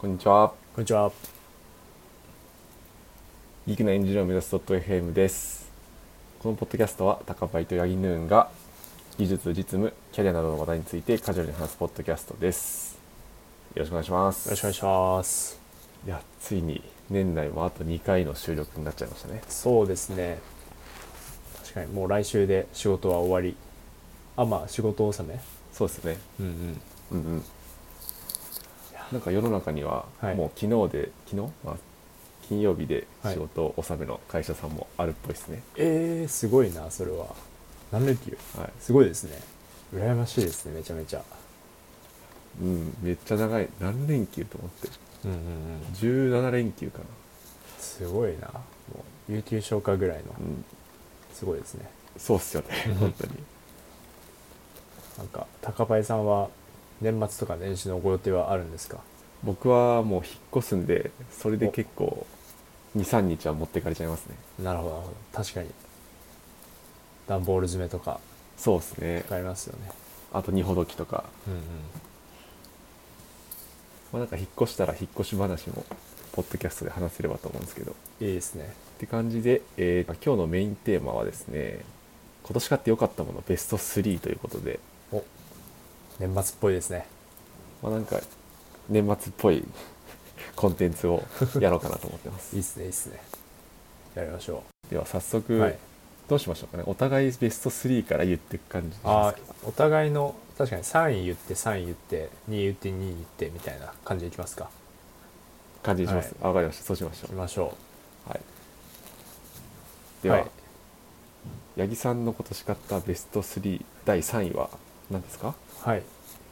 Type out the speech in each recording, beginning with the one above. こんにちは。こんにちは。ギークなエンジニアを目指す .fm です。このポッドキャストは、高バイとヤギヌーンが、技術、実務、キャリアなどの話題についてカジュアルに話すポッドキャストです。よろしくお願いします。よろしくお願いします。いや、ついに、年内もあと2回の収録になっちゃいましたね。そうですね。確かにもう来週で仕事は終わり。あ、まあ仕事納め。そうですね。うんうん。うんうん。なんか世の中には、はいもう昨日で、昨日、まあ、金曜日で仕事を納めの会社さんもあるっぽいですね。えー、すごいな、それは。何連休はい。すごいですね。羨ましいですね、めちゃめちゃ。うん、めっちゃ長い。何連休と思って。うんうんうん。 17連休かな。すごいな。もう、有給消化ぐらいのう。ん、すごいですね。そうっすよねうん、本当に。なんか、高パイさんは年末とか年始のご予定はあるんですか僕はもう引っ越すんで、それで結構、2、3日は持ってかれちゃいますね。なるほど、なるほど。確かに。段ボール詰めとか、そうっすねか。かりますよね。あと2ほどきとか。うんうん。まあ、なんか引っ越したら引っ越し話も、ポッドキャストで話せればと思うんですけど。っいいですね。て感じで、えー今日のメインテーマはですね、今年買って良かったものベスト3ということで、お年末っぽいですねまあ、なんか、年末っぽい コンテンツをやろうかなと思ってま いいすっ。すねいいっすねやりましょでは早う、速、はいどうしましょうかね。お互いベスト3から言っていく感じでいいですかあーお互いの確かに3位言って3位言って2位言って2位言ってみたいな感じでいきますか感じにします。あわ、かりました。そうしましょいきましょう。はい。うでは、い、八木さんの今年買ったベスト3第3位は何ですか？はい、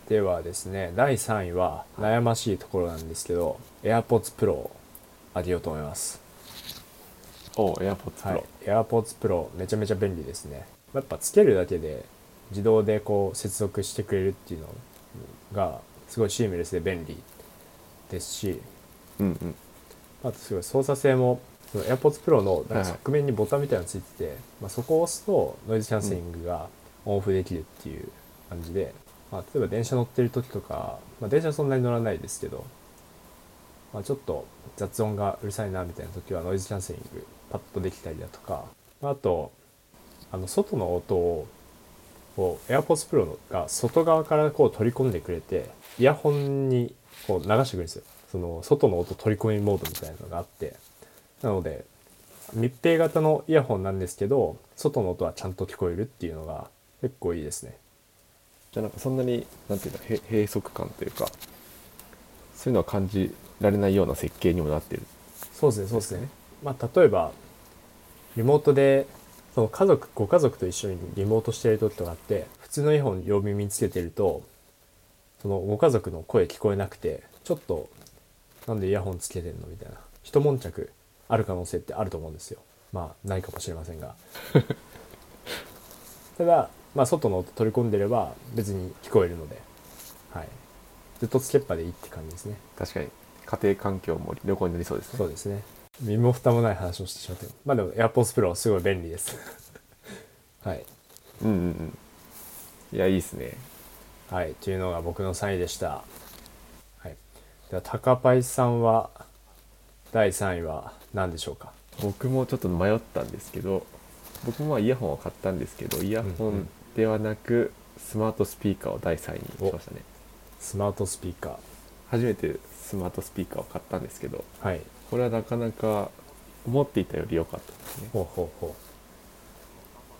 ではですね第3位は悩ましいところなんですけど AirPods Pro をあげようと思いますおエアポッツプはロい。、AirPods Pro めちゃめちゃ便利ですねやっぱつけるだけで自動でこう接続してくれるっていうのがすごいシームレスで便利ですしうんうん。あとすごい操作性もその AirPods Pro はのないんはかい側面にボタンみたいなのついてて、まあ、そこを押すとノイズキャンセリングがオンオフできるっていう感じで、まあ、例えば電車乗ってる時とか、まあ、電車そんなに乗らないですけど、まあ、ちょっと雑音がうるさいなみたいな時はノイズキャンセリングパッとできたりだとかあとあの外の音をこう AirPods Pro のが外側からこう取り込んでくれてイヤホンにこう流してくれるんですよその外の音取り込みモードみたいなのがあってなので密閉型のイヤホンなんですけど外の音はちゃんと聞こえるっていうのが結構いいですねじゃあなんかそんなになんていうのへ閉塞感というかそういうのは感じられないような設計にもなってる。そうですねそうですねまあ例えばリモートでその家族ご家族と一緒にリモートしてる時とかって普通のイヤホン両耳につけてるとそのご家族の声聞こえなくてちょっとなんでイヤホンつけてんのみたいな一悶着ある可能性ってあると思うんですよまあないかもしれませんが ただまあ外の音取り込んでれば別に聞こえるのではいずっとつけっぱでいいって感じですね確かに家庭環境も旅行になりそうですね。そうですね。身も蓋もない話をしてしまってる。まあでも AirPods Pro はすごい便利です。 はい。うんうんうん。いやいいですね。はい。というのが僕の3位でした。はい。では、高パイさんは、第3位は何でしょうか僕もちょっと迷ったんですけど僕もまあイヤホンを買ったんですけどイヤホうんうンんではなくスマートスピーカーを第3位にしましたねスマートスピーカ初めてスマートスピーカーを買ったんですけどー。はい。これはなかなか思っていたより良かったですねほうほうほ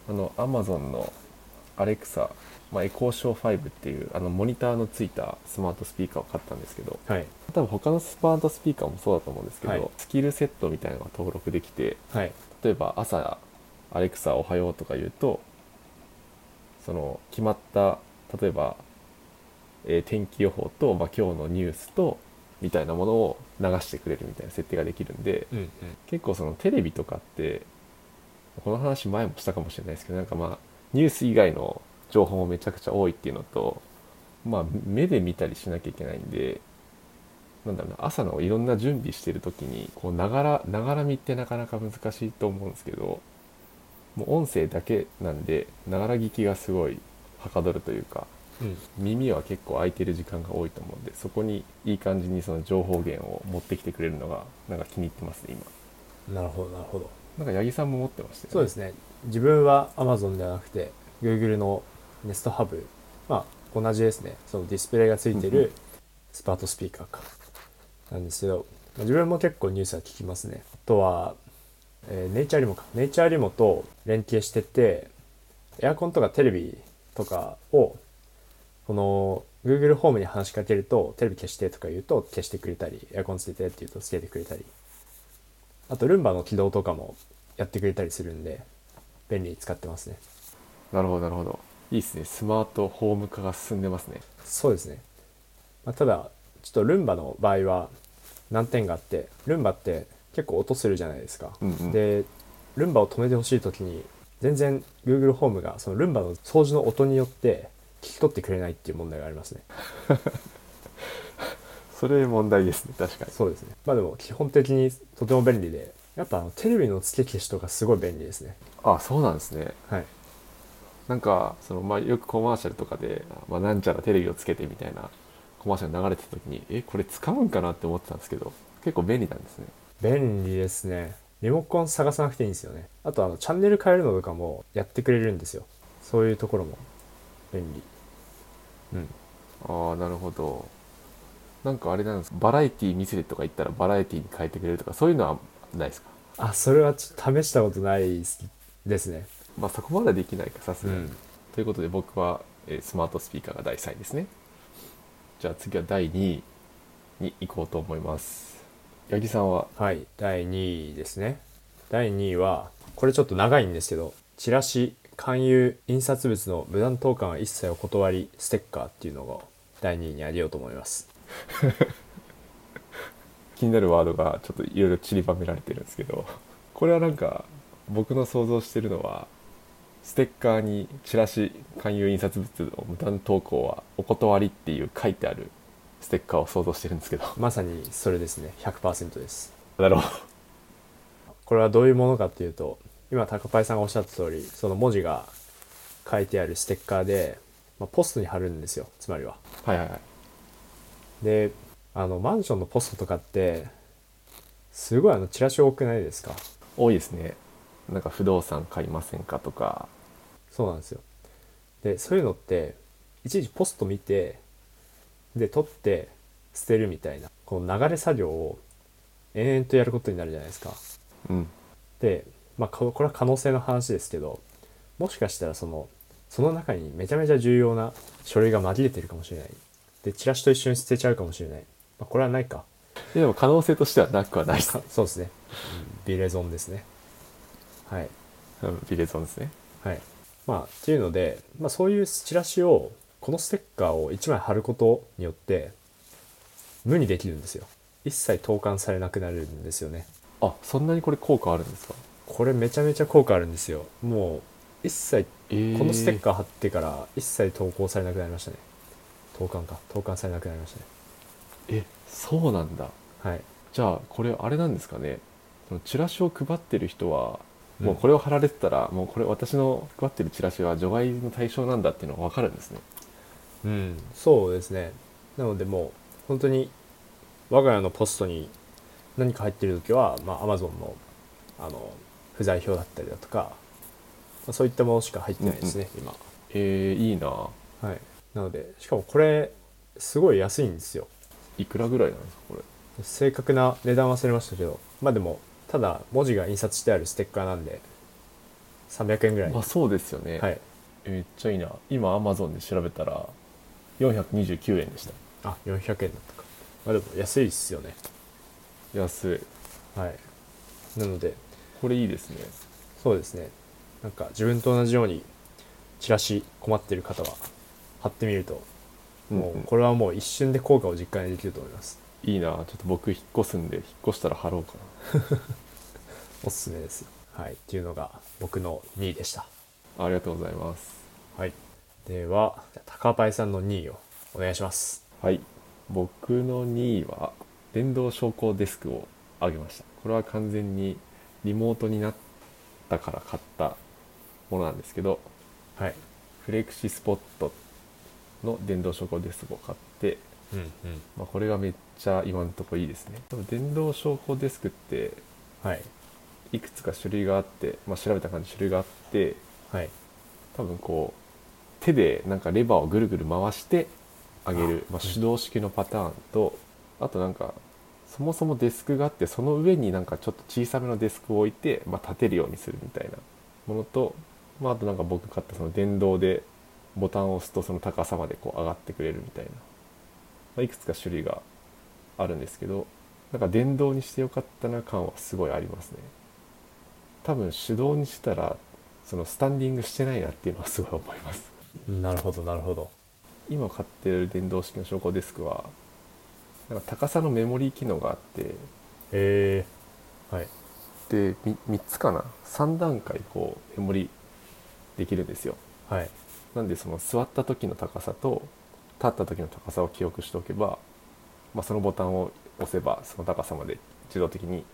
あの Amazon の Alexa、まあ、エコーショー5っていうあのモニターのついたスマートスピーカーを買ったんですけどう。はい。多分他のスマートスピーカーもそうだと思うんですけど、はいスキルセットみたいなのが登録できてはい。例えば朝「アレクサおはよう」とか言うとその決まった例えば、えー天気予報と、まあ、今日のニュースとみたいなものを流してくれるみたいな設定ができるんでうんうん。結構そのテレビとかってこの話前もしたかもしれないですけどなんかまあニュース以外の情報もめちゃくちゃ多いっていうのとまあ目で見たりしなきゃいけないんでなんだろうな朝のいろんな準備してる時にこうながらながら見ってなかなか難しいと思うんですけどもう音声だけなんでながら聞きがすごいはかどるというかうん耳は結構空いてる時間が多いと思うんでそこにいい感じにその情報源を持ってきてくれるのがなんか気に入ってますね今なるほどなるほどなんか八木さんも持ってましたよねそうですね自分は Amazon ではなくて Google の Nest Hub まあ同じですねそのディスプレイがついてうんうんるスパートスピーカーかなんですけどまあ自分も結構ニュースは聞きますねあとは、えーネイチャーリモかネイチャーリモと連携しててエアコンとかテレビとかをこの Google ホームに話しかけるとテレビ消してとか言うと消してくれたりエアコンつけてって言うとつけてくれたりあとルンバの起動とかもやってくれたりするんで便利に使ってますねなるほどなるほどいいですねスマートホーム化が進んでますねそうですね、まあ、ただちょっとルンバの場合は難点があってルンバって結構音するじゃないですか、うんうんでルンバを止めてほしい時に全然 Google ホームがそのルンバの掃除の音によって聞き取ってくれないっていう問題がありますねそれ問題ですね確かにそうですねまあでも基本的にとても便利でやっぱあのテレビの付け消しとかすごい便利ですねあそうなんですねはいなんかその、まあ、よくコマーシャルとかで、まあ、なんちゃらテレビをつけてみたいなコマーシャル流れてた時にえこれ使うんかなって思ってたんですけど結構便利なんですね便利ですねリモコン探さなくていいんですよねあとあのチャンネル変えるのとかもやってくれるんですよそういうところも便利うんああなるほどなんかあれなんですバラエティ見せてとか言ったらバラエティに変えてくれるとかそういうのはないですかあそれはちょっと試したことないですねまあそこまでできないかさすがに、うんということで僕は、えースマートスピーカーが第3位ですねじゃあ次は第2位に行こうと思います八木さんははい第2位ですね第2位はこれちょっと長いんですけどチラシ勧誘印刷物の無断投函は一切お断りステッカーっていうのを第2位にあげようと思います気になるワードがちょっといろいろ散りばめられてるんですけどこれはなんか僕の想像してるのはステッカーにチラシ勧誘印刷物を無断投稿はお断りっていう書いてあるステッカーを想像してるんですけど まさにそれですね100%ですなるほこれはどういうものかっていうと今高パイさんがおっしゃった通りその文字が書いてあるステッカーで、まあ、ポストに貼るんですよつまりはどはいはいはいであのマンションのポストとかってすごいあのチラシ多くないですか多いですねなんか不動産買いませんかとかそうなんですよでそういうのっていちいちポスト見てで取って捨てるみたいなこの流れ作業を延々とやることになるじゃないですかうんで、まあ、かこれは可能性の話ですけどもしかしたらそのその中にめちゃめちゃ重要な書類が紛れてるかもしれないでチラシと一緒に捨てちゃうかもしれない、まあ、これはないか でも可能性としてはなくはないですかそうですねビレゾンですねはいうんビレゾンですねはいまあっていうので、まあ、そういうチラシをこのステッカーを1枚貼ることによって無にできるんですよ一切投函されなくなるんですよねあそんなにこれ効果あるんですかこれめちゃめちゃ効果あるんですよもう一切えーこのステッカー貼ってから一切投稿されなくなりましたね投函か投函されなくなりましたねえそうなんだはいじゃあこれあれなんですかねそのチラシを配ってる人はうんもうこれを貼られてたら、もうこれ私の配ってるチラシは除外の対象なんだっていうのが分かるんですねうんそうですねなのでもう本当に我が家のポストに何か入ってる時はまあ Amazon のあの不在表だったりだとか、まあ、そういったものしか入ってないですね、今えー、いいなはいなのでしかもこれすごい安いんですよいくらぐらいなんですかこれ正確な値段忘れましたけどまあでもただ文字が印刷してあるステッカーなんで300円ぐらいまあそうですよね、はいえーめっちゃいいな今 Amazon で調べたら429円でしたあ400円だったかまあでも安いっすよね安いはいなのでこれいいですねそうですねなんか自分と同じようにチラシ困ってる方は貼ってみるともんうんこれはもう一瞬で効果を実感できると思いますいいなちょっと僕引っ越すんで引っ越したら貼ろうかおすすめですはいっていうのが僕の2位でしたなありがとうございますはいではじゃあ高パイさんの2位をお願いしますはい僕の2位は電動昇降デスクを挙げましたこれは完全にリモートになったから買ったものなんですけどはいフレクシスポットの電動昇降デスクを買って、うんうんまあ、これがめっちゃ今のとこいいですね多分電動昇降デスクってはいいくつか種類があって、まあ、調べた感じ種類があってはい多分こう手でなんかレバーをぐるぐる回して上げるまあ、手動式のパターンとあとなんかそもそもデスクがあってその上になんかちょっと小さめのデスクを置いて、まあ、立てるようにするみたいなものと、まあ、あとなんか僕買ったその電動でボタンを押すとその高さまでこう上がってくれるみたいな、まあ、いくつか種類があるんですけどなんか電動にしてよかったな感はすごいありますね多分手動にしたらそのスタンディングしてないなっていうのはすごい思います なるほどなるほど今買ってる電動式の昇降デスクはなんか高さのメモリー機能があってへえはいで 3, つかな3段階こうメモリできるんですよはいなんでその座った時の高さと立った時の高さを記憶しておけば、まあ、そのボタンを押せばその高さまで自動的に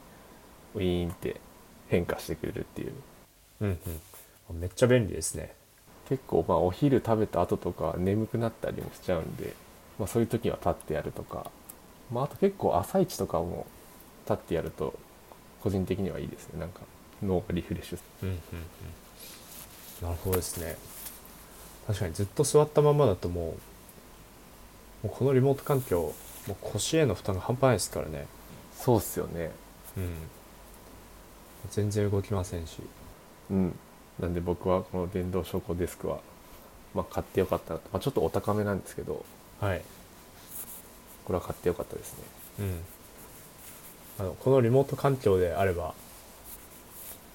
ウィーンって変化してくれるっていううんうんめっちゃ便利ですね結構まあお昼食べた後とか眠くなったりもしちゃうんで、まあ、そういう時は立ってやるとか、まあ、あと結構朝一とかも立ってやると個人的にはいいですねなんか脳がリフレッシュうんうんうんなるほどですね確かにずっと座ったままだともうもうこのリモート環境もう腰への負担が半端ないですからねそうっすよねうん全然動きませんしうんなんで僕はこの電動昇降デスクは、まあ、買ってよかったなと、まあ、ちょっとお高めなんですけどはいこれは買ってよかったですねうんあのこのリモート環境であれば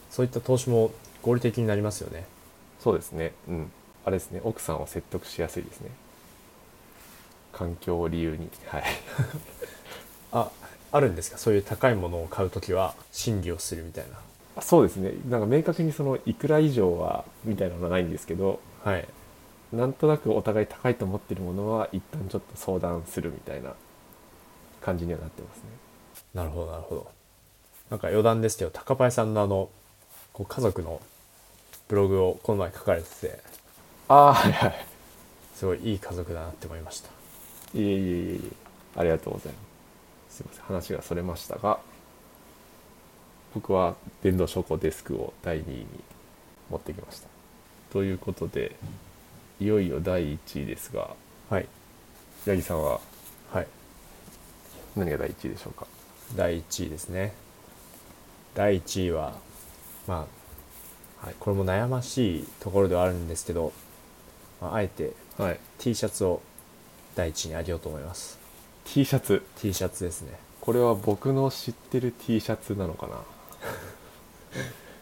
そういった投資も合理的になりますよねそうですねうんあれですね奥さんを説得しやすいですね環境を理由にはいああるんですかそういう高いものを買うときは審議をするみたいなそうですねなんか明確にそのいくら以上はみたいなのはないんですけどはいなんとなくお互い高いと思ってるものは一旦ちょっと相談するみたいな感じにはなってますねなるほどなるほどなんか余談ですけど高林さんのあのこう家族のブログをこの前書かれててああはいはいすごいいい家族だなって思いましたいえいえいえいえありがとうございますすいません話がそれましたが僕は電動昇降デスクを第2位に持ってきましたということでいよいよ第1位ですがはい八木さんははい何が第1位でしょうか第1位ですね第1位はまあ、はい、これも悩ましいところではあるんですけど、まあ、あえてはい T シャツを第1位にあげようと思います T シャツ T シャツですねこれは僕の知ってる T シャツなのかな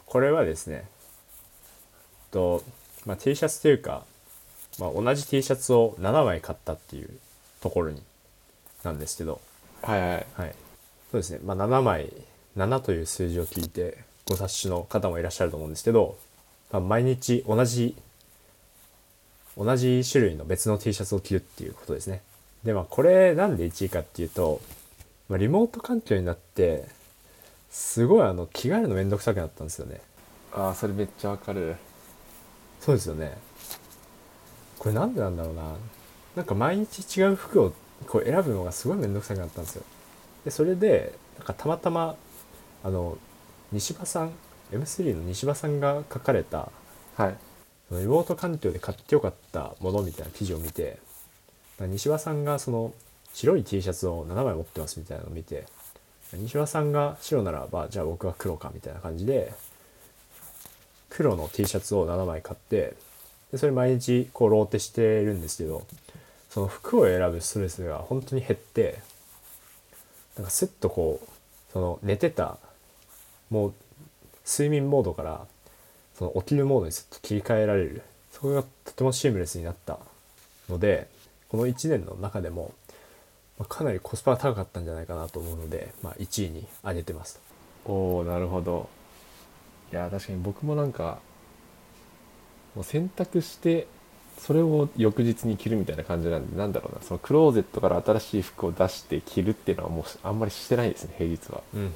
これはですねと、まあ、T シャツというか、まあ、同じ T シャツを7枚買ったっていうところになんですけど、はいはいはい、そうですね、まあ、7枚7という数字を聞いてご察しの方もいらっしゃると思うんですけど、まあ、毎日同じ同じ種類の別の T シャツを着るっていうことですねでまあこれなんで1位かっていうと、まあ、リモート環境になってすごいあの着替えるのめんどくさくなったんですよねああそれめっちゃわかるそうですよねこれなんでなんだろうななんか毎日違う服をこう選ぶのがすごい面倒くさくなったんですよでそれでなんかたまたまあの西場さん M3 の西場さんが書かれたはいそのリモート環境で買ってよかったものみたいな記事を見てなんか西場さんがその白い T シャツを7枚持ってますみたいなのを見て西場さんが白ならばじゃあ僕は黒かみたいな感じで黒の T シャツを7枚買ってでそれ毎日こうローテしてるんですけどその服を選ぶストレスが本当に減ってなんかスッとこうその寝てたもう睡眠モードからその起きるモードにずっと切り替えられるそこがとてもシームレスになったのでこの1年の中でも、まあかなりコスパが高かったんじゃないかなと思うので、まあ、1位に挙げてますおおなるほどいやー確かに僕もなんかもう洗濯してそれを翌日に着るみたいな感じなんでなんだろうなそのクローゼットから新しい服を出して着るっていうのはもうあんまりしてないですね平日はうんうんうん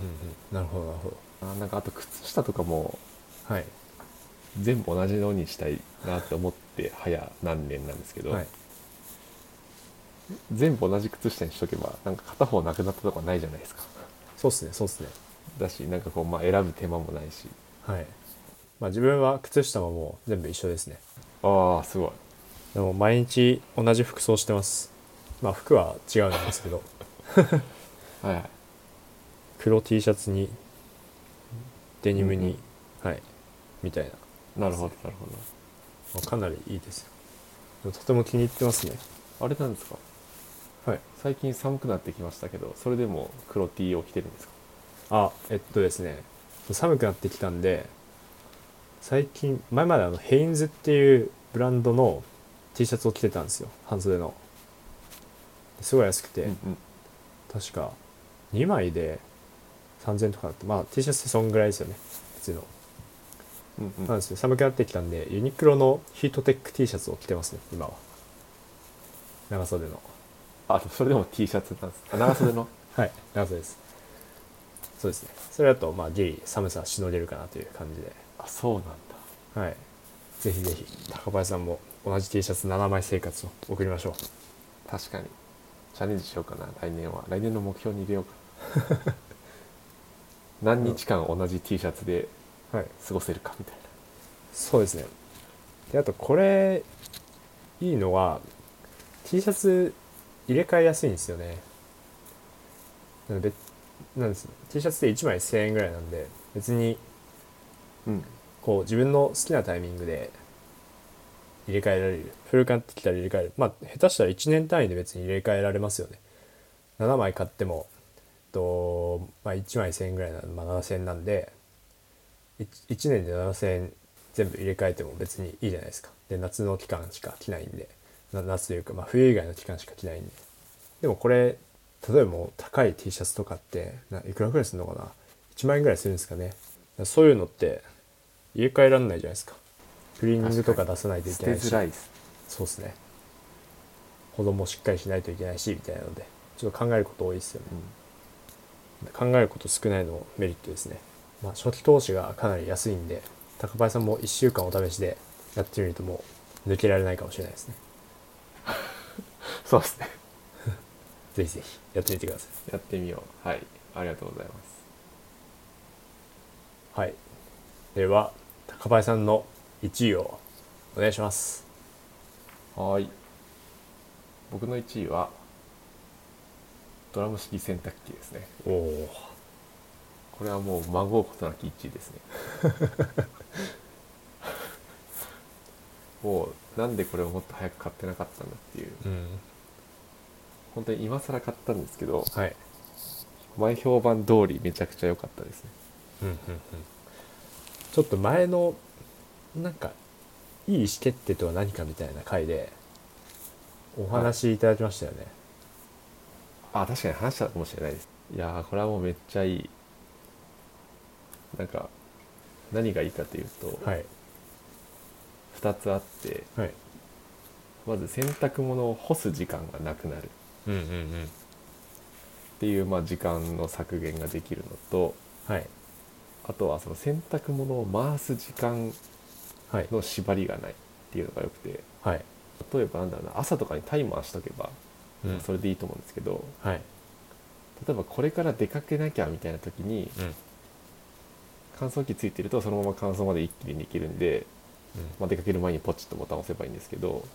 なるほどなるほどあーなんかあと靴下とかもはい、全部同じのにしたいなって思って早何年なんですけど、はい、全部同じ靴下にしとけばなんか片方なくなったとかないじゃないですかそうっすねそうっすねだしなんかこう、まあ、選ぶ手間もないしはいまあ自分は靴下はもう全部一緒ですねああすごいでも毎日同じ服装してますまあ服は違うんですけ どはいはい黒 T シャツにデニムに、うんはいみたいななるほどなるほまあかなりいいですよでもとても気に入ってますねどあれなんですかはい最近寒くなってきましたけどそれでも黒 T を着てるんですかあえっとですね寒くなってきたんで最近前まであのヘインズっていうブランドの T シャツを着てたんですよ半袖のですごい安くて、うんうん確か2枚で3000とかだってまあ T シャツってそんぐらいですよね普通のうんうなんんですよ寒くなってきたんでユニクロのヒートテック T シャツを着てますね今は長袖のあそれでも T シャツなんですあ長袖のはい長袖ですそうですねそれだとまあギリ寒さしのげるかなという感じで あそうなんだはい。ぜひぜひ、高林さんも同じ T シャツ7枚生活を送りましょう。確かにチャレンジしようかな来年は来年の目標に入れようか な何日間同じ T シャツではい。過ごせるかみたいそうですね。で、あとこれ、いいのは、T シャツ入れ替えやすいんですよね。なので、なんです T シャツで1枚1000円ぐらいなんで、別に、なうんこう、自分の好きなタイミングで入れ替えられる。古くなってきたら入れ替える。まあ、下手したら1年単位で別に入れ替えられますよね。7枚買っても、えっとまあ、1枚1000円ぐらいなまあ、7000円なんで 1, 1年で7000円全部入れ替えても別にいいじゃないですかで夏の期間しか着ないんでな夏というか、まあ、冬以外の期間しか着ないんででもこれ例えばもう高い T シャツとかってないくらぐらいするのかな1万円ぐらいするんですかねそういうのって入れ替えられないじゃないですかクリーニングとか出さないとい捨けてないしづらいですそうですね保存もしっかりしないといけないしみたいなのでちょっと考えること多いですよね考えること少ないのもメリットですね、まあ、初期投資がかなり安いんで高林さんも1週間お試しでやってみるともう抜けられないかもしれないですねそうですねぜひぜひやってみてくださやってみようはいありがとうございますいはいでは高林さんの1位をお願いしますはーい僕の1位はドラム式洗濯機ですねおおこれはもう孫うことなき1位ですねもうなんでこれをもっと早く買ってなかったんだっていううん本当に今更買ったんですけどはい前評判通りめちゃくちゃ良かったですねうんうんうんちょっと前のなんかいい意思決定とは何かみたいな回でお話いただきましたよね、あ確かに話したかもしれないですいやーこれはもうめっちゃいいなんか何がいいかというと、はい2つあってはいまず洗濯物を干す時間がなくなるっうんうんうんていう、まあ、時間の削減ができるのとはいあとはその洗濯物を回す時間はいの縛りがないっていうのがよくてはい、例えばなんだろうな朝とかにタイマーしとけばうんそれでいいと思うんですけど、はい例えばこれから出かけなきゃみたいな時にうんうん乾燥機ついてるとそのまま乾燥まで一気にできるんで、まあ、出かける前にポチッとボタンを押せばいいんですけど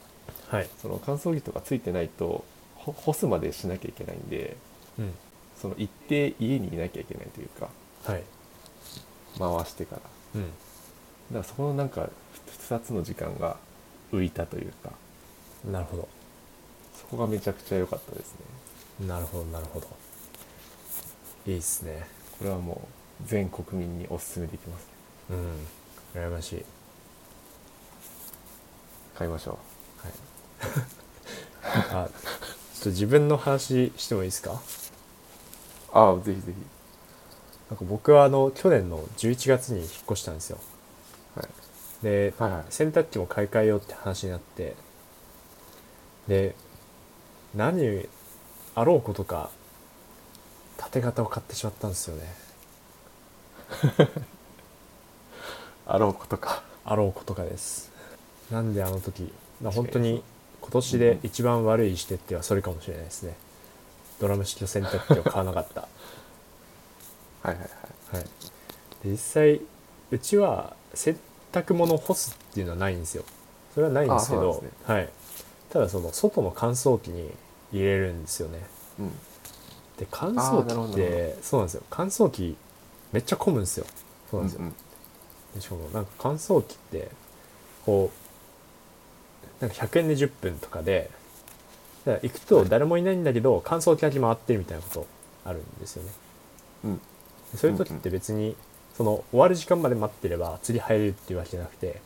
はいその乾燥機とかついてないとほ干すまでしなきゃいけないんでうんその一定家にいなきゃいけないというかはい回してからだかうんらそこのなんか2つの時間が浮いたというかなるほそこがめちゃくちゃ良かったですねどなるほどなるほどいいっすねこれはもう全国民におすすめできますねうん羨ましい、はい、買いましょ あちょっと自分の話してもいいですかうああぜひぜひなんか僕はあの去年の11月に引っ越したんですよはいで、はいはい洗濯機も買い替えようって話になってで何あろうことか縦型を買ってしまったんですよねあろうことかあろうことかですなんであの時、まあ、本当に今年で一番悪いしてってはそれかもしれないですねドラム式の洗濯機を買わなかったはいはいはいはい、で実際うちは洗濯物を干すっていうのはないんですよそれはないんですけあそどうなんではい、ただその外の乾燥機に入れるんですよねうんで乾あーなるほど燥機っなてそうなんですよ乾燥機めっちゃ混むんですよそううなんんですうよ、んでしかもなんか乾燥機ってこうなんか100円で10分とかでだから行くと誰もいないんだけど乾燥機だけ回ってるみたいなことあるんですよねうんでそういう時って別にその終わる時間まで待ってれば釣り入れるっていうわけじゃなくて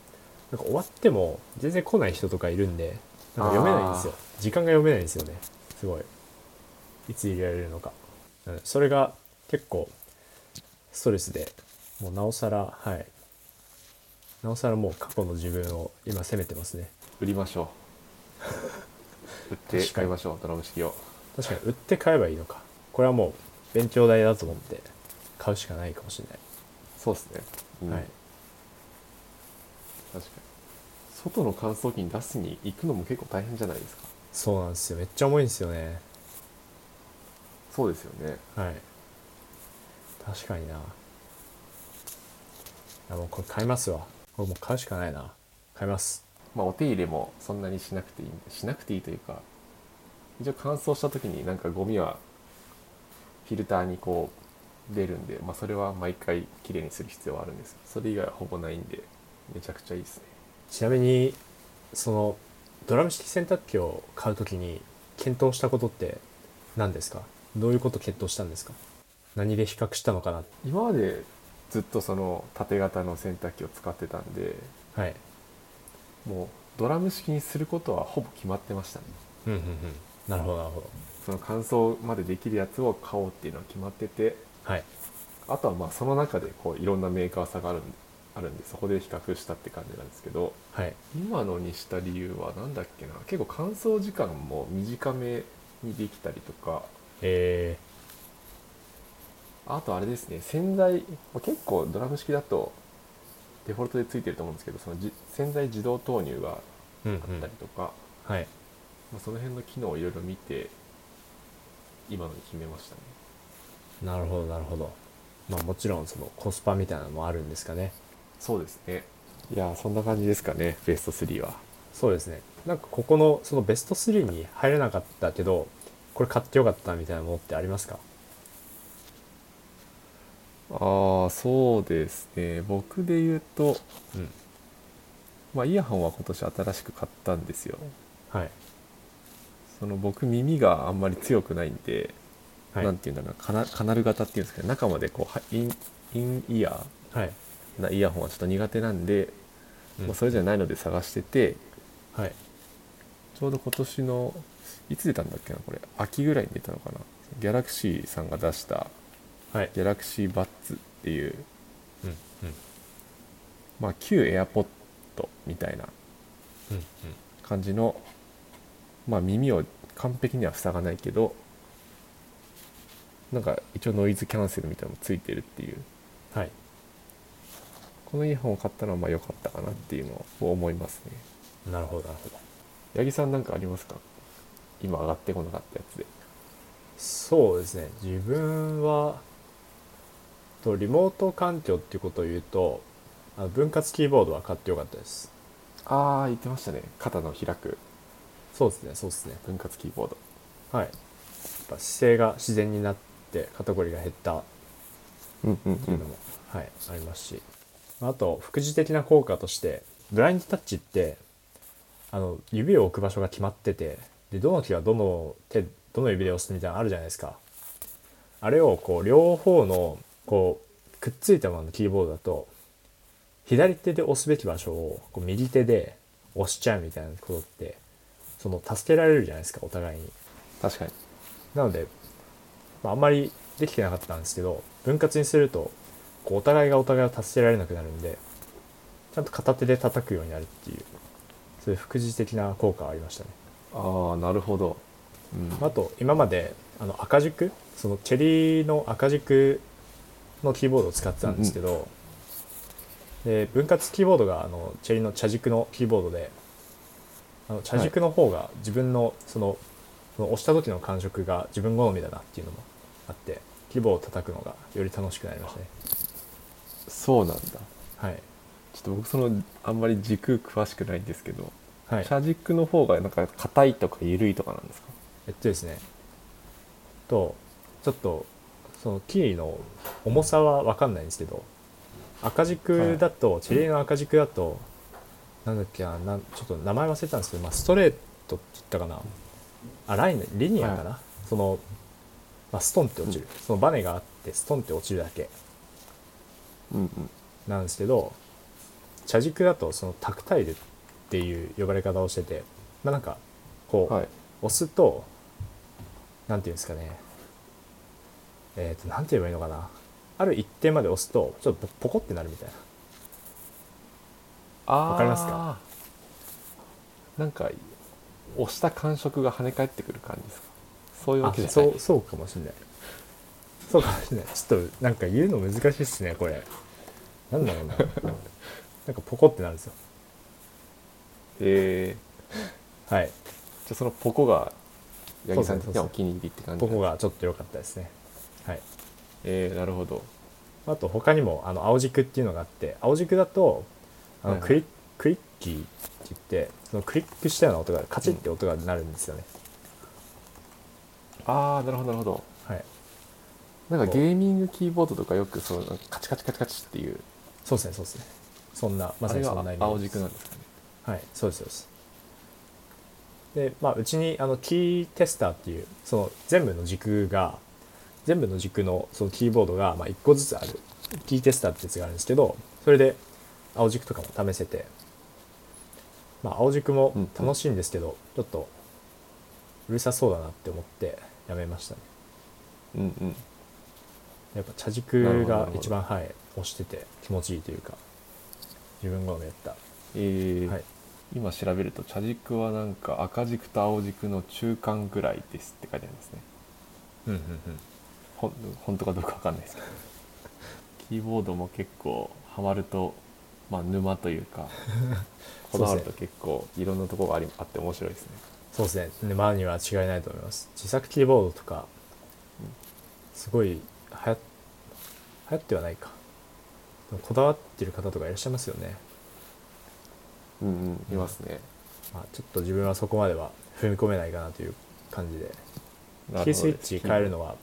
なんか終わっても全然来ない人とかいるんでなんか読めないんですよ時間が読めないんですよねすごいいつ入れられるのかうんそれが結構ストレスでもうなおさらはいなおさらもう過去の自分を今責めてますね売りましょう売って確か買にいましょうドラム式を確かに売って買えばいいのかこれはもう勉強代だと思って買うしかないかもしれない、そうですね、うんはい確かに外の乾燥機に出すに行くのも結構大変じゃないですかそうなんですよめっちゃ重いんですよねそうですよねはい確かにないやもうこれ買いますわこれもう買うしかないな買いますまあお手入れもそんなにしなくていいんでしなくていいというか一応乾燥した時になんかゴミはフィルターにこう出るんで、まあ、それは毎回きれいにする必要はあるんですそれ以外はほぼないんでめちゃくちゃいいですねちなみにそのドラム式洗濯機を買うときに検討したことって何ですかどういうこと検討したんですか何で比較したのかな今までずっとその縦型の洗濯機を使ってたんではいもうドラム式にすることはほぼ決まってましたねうんうんうんなるほどなるほどその乾燥までできるやつを買おうっていうのは決まっててはいあとはまあその中でこういろんなメーカー差があるんであるんでそこで比較したって感じなんですけどはい今のにした理由は何だっけな結構乾燥時間も短めにできたりとかえあとあれですね洗剤まあ結構ドラム式だとデフォルトでついてると思うんですけどそのじ洗剤自動投入がー、うんあったりとか、はいまあその辺の機能をいろいろ見て今のに決めましたねなるほどなるほどまあもちろんそのコスパみたいなのもあるんですかねそうですねいやーそんな感じですかねベスト3はそうですねなんかここのそのベスト3に入れなかったけどこれ買ってよかったみたいなものってありますかああそうですね僕で言うと、うんまあ、イヤホンは今年新しく買ったんですよはいその僕耳があんまり強くないんで、はいなんていうんだろうなカナカナル型っていうんですけど中までこうはインインイヤはい、ーなイヤホンはちょっと苦手なんで、うんまあ、それじゃないので探しててはいちょうど今年のいつ出たんだっけなこれ秋ぐらいに出たのかなギャラクシーさんが出したはいギャラクシーバッツっていううんうんまあ旧 AirPod みたいなうんうん感じの、まあ、耳を完璧には塞がないけどなんか一応ノイズキャンセルみたいなのもついてるっていうはいこのイヤホンを買ったのはまあ良かったかなっていうのを思いますねなるほどなるほど八木さんなんかありますか今上がってこなかったやつでそうですね自分はとリモート環境っていうことを言うとあの分割キーボードは買ってよかったですああ言ってましたね肩の開くそうですねそうですね分割キーボードはいやっぱ姿勢が自然になって肩こりが減ったっうんうんていうのも、はいありますしあと副次的な効果としてブラインドタッチってあの指を置く場所が決まっててでどの手がどの手どの指で押すみたいなのあるじゃないですかあれをこう両方のこうくっついたままのキーボードだと左手で押すべき場所をこう右手で押しちゃうみたいなことってその助けられるじゃないですかお互いに確かになので、まあ、あんまりできてなかったんですけど分割にするとこうお互いがお互いを助けられなくなるんでちゃんと片手で叩くようになるっていうそういう副次的な効果がありましたねああなるほど、うんあと今まであの赤軸そのチェリーの赤軸のキーボードを使ってたんですけど、で分割キーボードがあのチェリーの茶軸のキーボードであの茶軸の方が自分のそのその押した時の感触が自分好みだなっていうのもあって規模を叩くのがより楽しくなりましたねそうなんだちょはいっと僕そのあんまり軸詳しくないんですけど、はい茶軸の方がなんか硬いとか緩いとかなんですかえっとですねとちょっとそのキーの重さは分かんないんですけど赤軸だと、チェリーの赤軸だとなんだっけななんちょっと名前忘れたんですけど、まあ、ストレートって言ったかなあラインリニアかな、その、まあ、ストンって落ちる、そのバネがあってストンって落ちるだけうんうんなんですけど茶軸だとそのタクタイルっていう呼ばれ方をしてて、まあ、なんかこう、はい押すとなんていうんですかねえっ、となんて言えばいいのかなある一定まで押すとちょっとポコってなるみたいなあーわかりますかなんか押した感触が跳ね返ってくる感じですかそういうわけじゃないそうそうかもしれないそうかもしれないちょっとなんか言うの難しいっすねこれなんだろ うななんかポコってなるんですよえはいー、じゃあそのポコが八木さんそうそ的うそうにはお気に入りって感じポコがちょっと良かったですねはいえー、なるほどあと他にもあの青軸っていうのがあって青軸だとあのはいはいクリ,、クリッキーって言ってそのクリックしたような音がカチッって音が鳴るんですよね、ああなるほどなるほどはいなんかそうゲーミングキーボードとかよくそうなんかカチカチカチカチっていうそうですねそうですねそんなまあされにそがんなイメージ青です軸なんですかねはいそうですそうですでまあうちにあのキーテスターっていうその全部の軸が全部の軸のそのキーボードがまあ1個ずつあるキーテスターってやつがあるんですけどそれで青軸とかも試せてまあ青軸も楽しいんですけど、ちょっとうるさそうだなって思ってやめましたねうんうんやっぱ茶なる軸ほどながるほど一番はい押してて気持ちいいというか自分好みやったえーはい今調べると茶軸はなんか赤軸と青軸の中間ぐらいですって書いてありますねうんうんうんほん本当かどうかわかんないですけどキーボードも結構ハマるとまあ沼という かこだわると結構いろんなところがありあって面白いですねそうですね沼には違いないと思います自作キーボードとかうんすごい流行流行ってはないかでもこだわってる方とかいらっしゃいますよね、うんうんいますね、まあ、ちょっと自分はそこまでは踏み込めないかなという感じでなるほどキでーすスイッチ変えるのは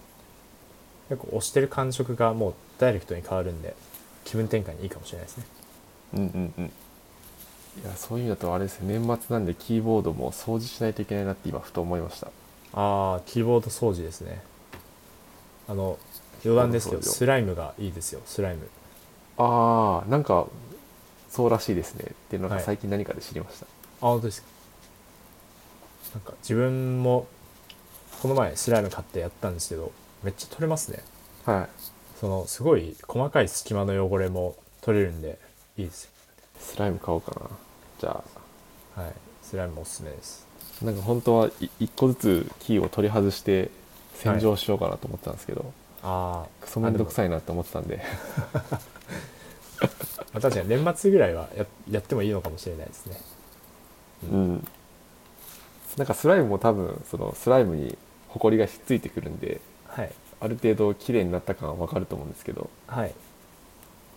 結構押してる感触がもうダイレクトに変わるんで気分転換にいいかもしれないですねうんうんうんいやそういう意味だとあれですね年末なんでキーボードも掃除しないといけないなって今ふと思いましたああキーボード掃除ですねあの余談ですけどキーボード掃除スライムがいいですよスライムああなんかそうらしいですねっていうのがはい最近何かで知りました、あ本当ですかなんか自分もこの前スライム買ってやったんですけどめっちゃ取れますねはい、そのすごい細かい隙間の汚れも取れるんでいいですよスライム買おうかなじゃあはいスライムおすすめですなんか本当はい一個ずつキーを取り外して洗浄しようかなと思ってたんですけど、あクソめんどくさいなと思ってたんであまあ確かに年末ぐらいはややってもいいのかもしれないですねうんなんかスライムも多分そのスライムにホコリがひっついてくるんではいある程度綺麗になった感はわかると思うんですけどはい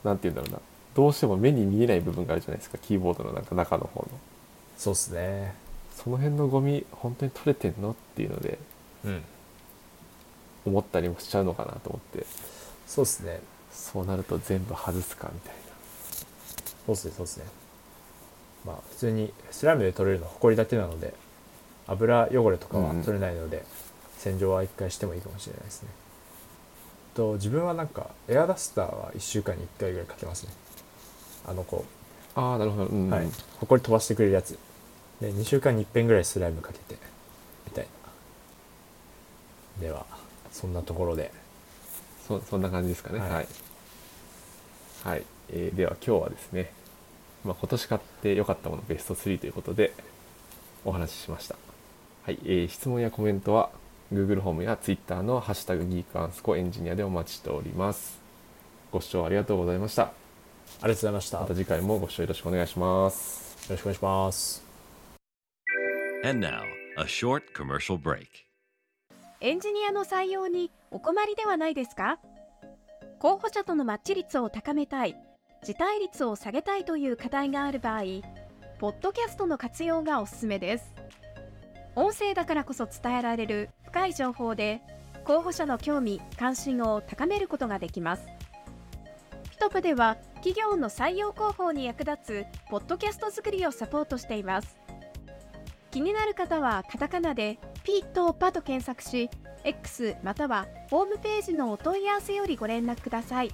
なんて言うんだろうなどうしても目に見えない部分があるじゃないですかキーボードのなんか中の方のそうっすねその辺のゴミ本当に取れてんのっていうのでうん思ったりもしちゃうのかなと思ってそうっすねそうなると全部外すかみたいそうっすねそうっすねまあ普通にスライムで取れるのはホコリだけなので油汚れとかはうんうん取れないので、洗浄は一回してもいいかもしれないですねと自分はなんかエアダスターは1週間に1回ぐらいかけますねあのこなああなるほどうん、う、はい、ホコリ飛ばしてくれるやつで2週間に1遍ぐらいスライムかけてみたいなではそんなところでそそんな感じですかねは、はいいはいえーでは今日はですね、まあ、今年買って良かったものベスト3ということでお話ししました、はいえー質問やコメントは Google ホームや Twitter の「ハッシュタグギークアンスコエンジニア」でお待ちしておりますご視聴ありがとうございましたありがとうございましたまよた次回もご視聴よろしくお願いしますろしくお願いします And now, a short commercial break. エンジニアの採用にお困りではないですか候補者とのマッチ率を高めたい、辞退率を下げたいという課題がある場合、ポッドキャストの活用がおすすめです。音声だからこそ伝えられる深い情報で、候補者の興味・関心を高めることができます。ピトプでは企業の採用広報に役立つポッドキャスト作りをサポートしています。気になる方はカタカナでピートパと検索し、X またはホームページのお問い合わせよりご連絡ください。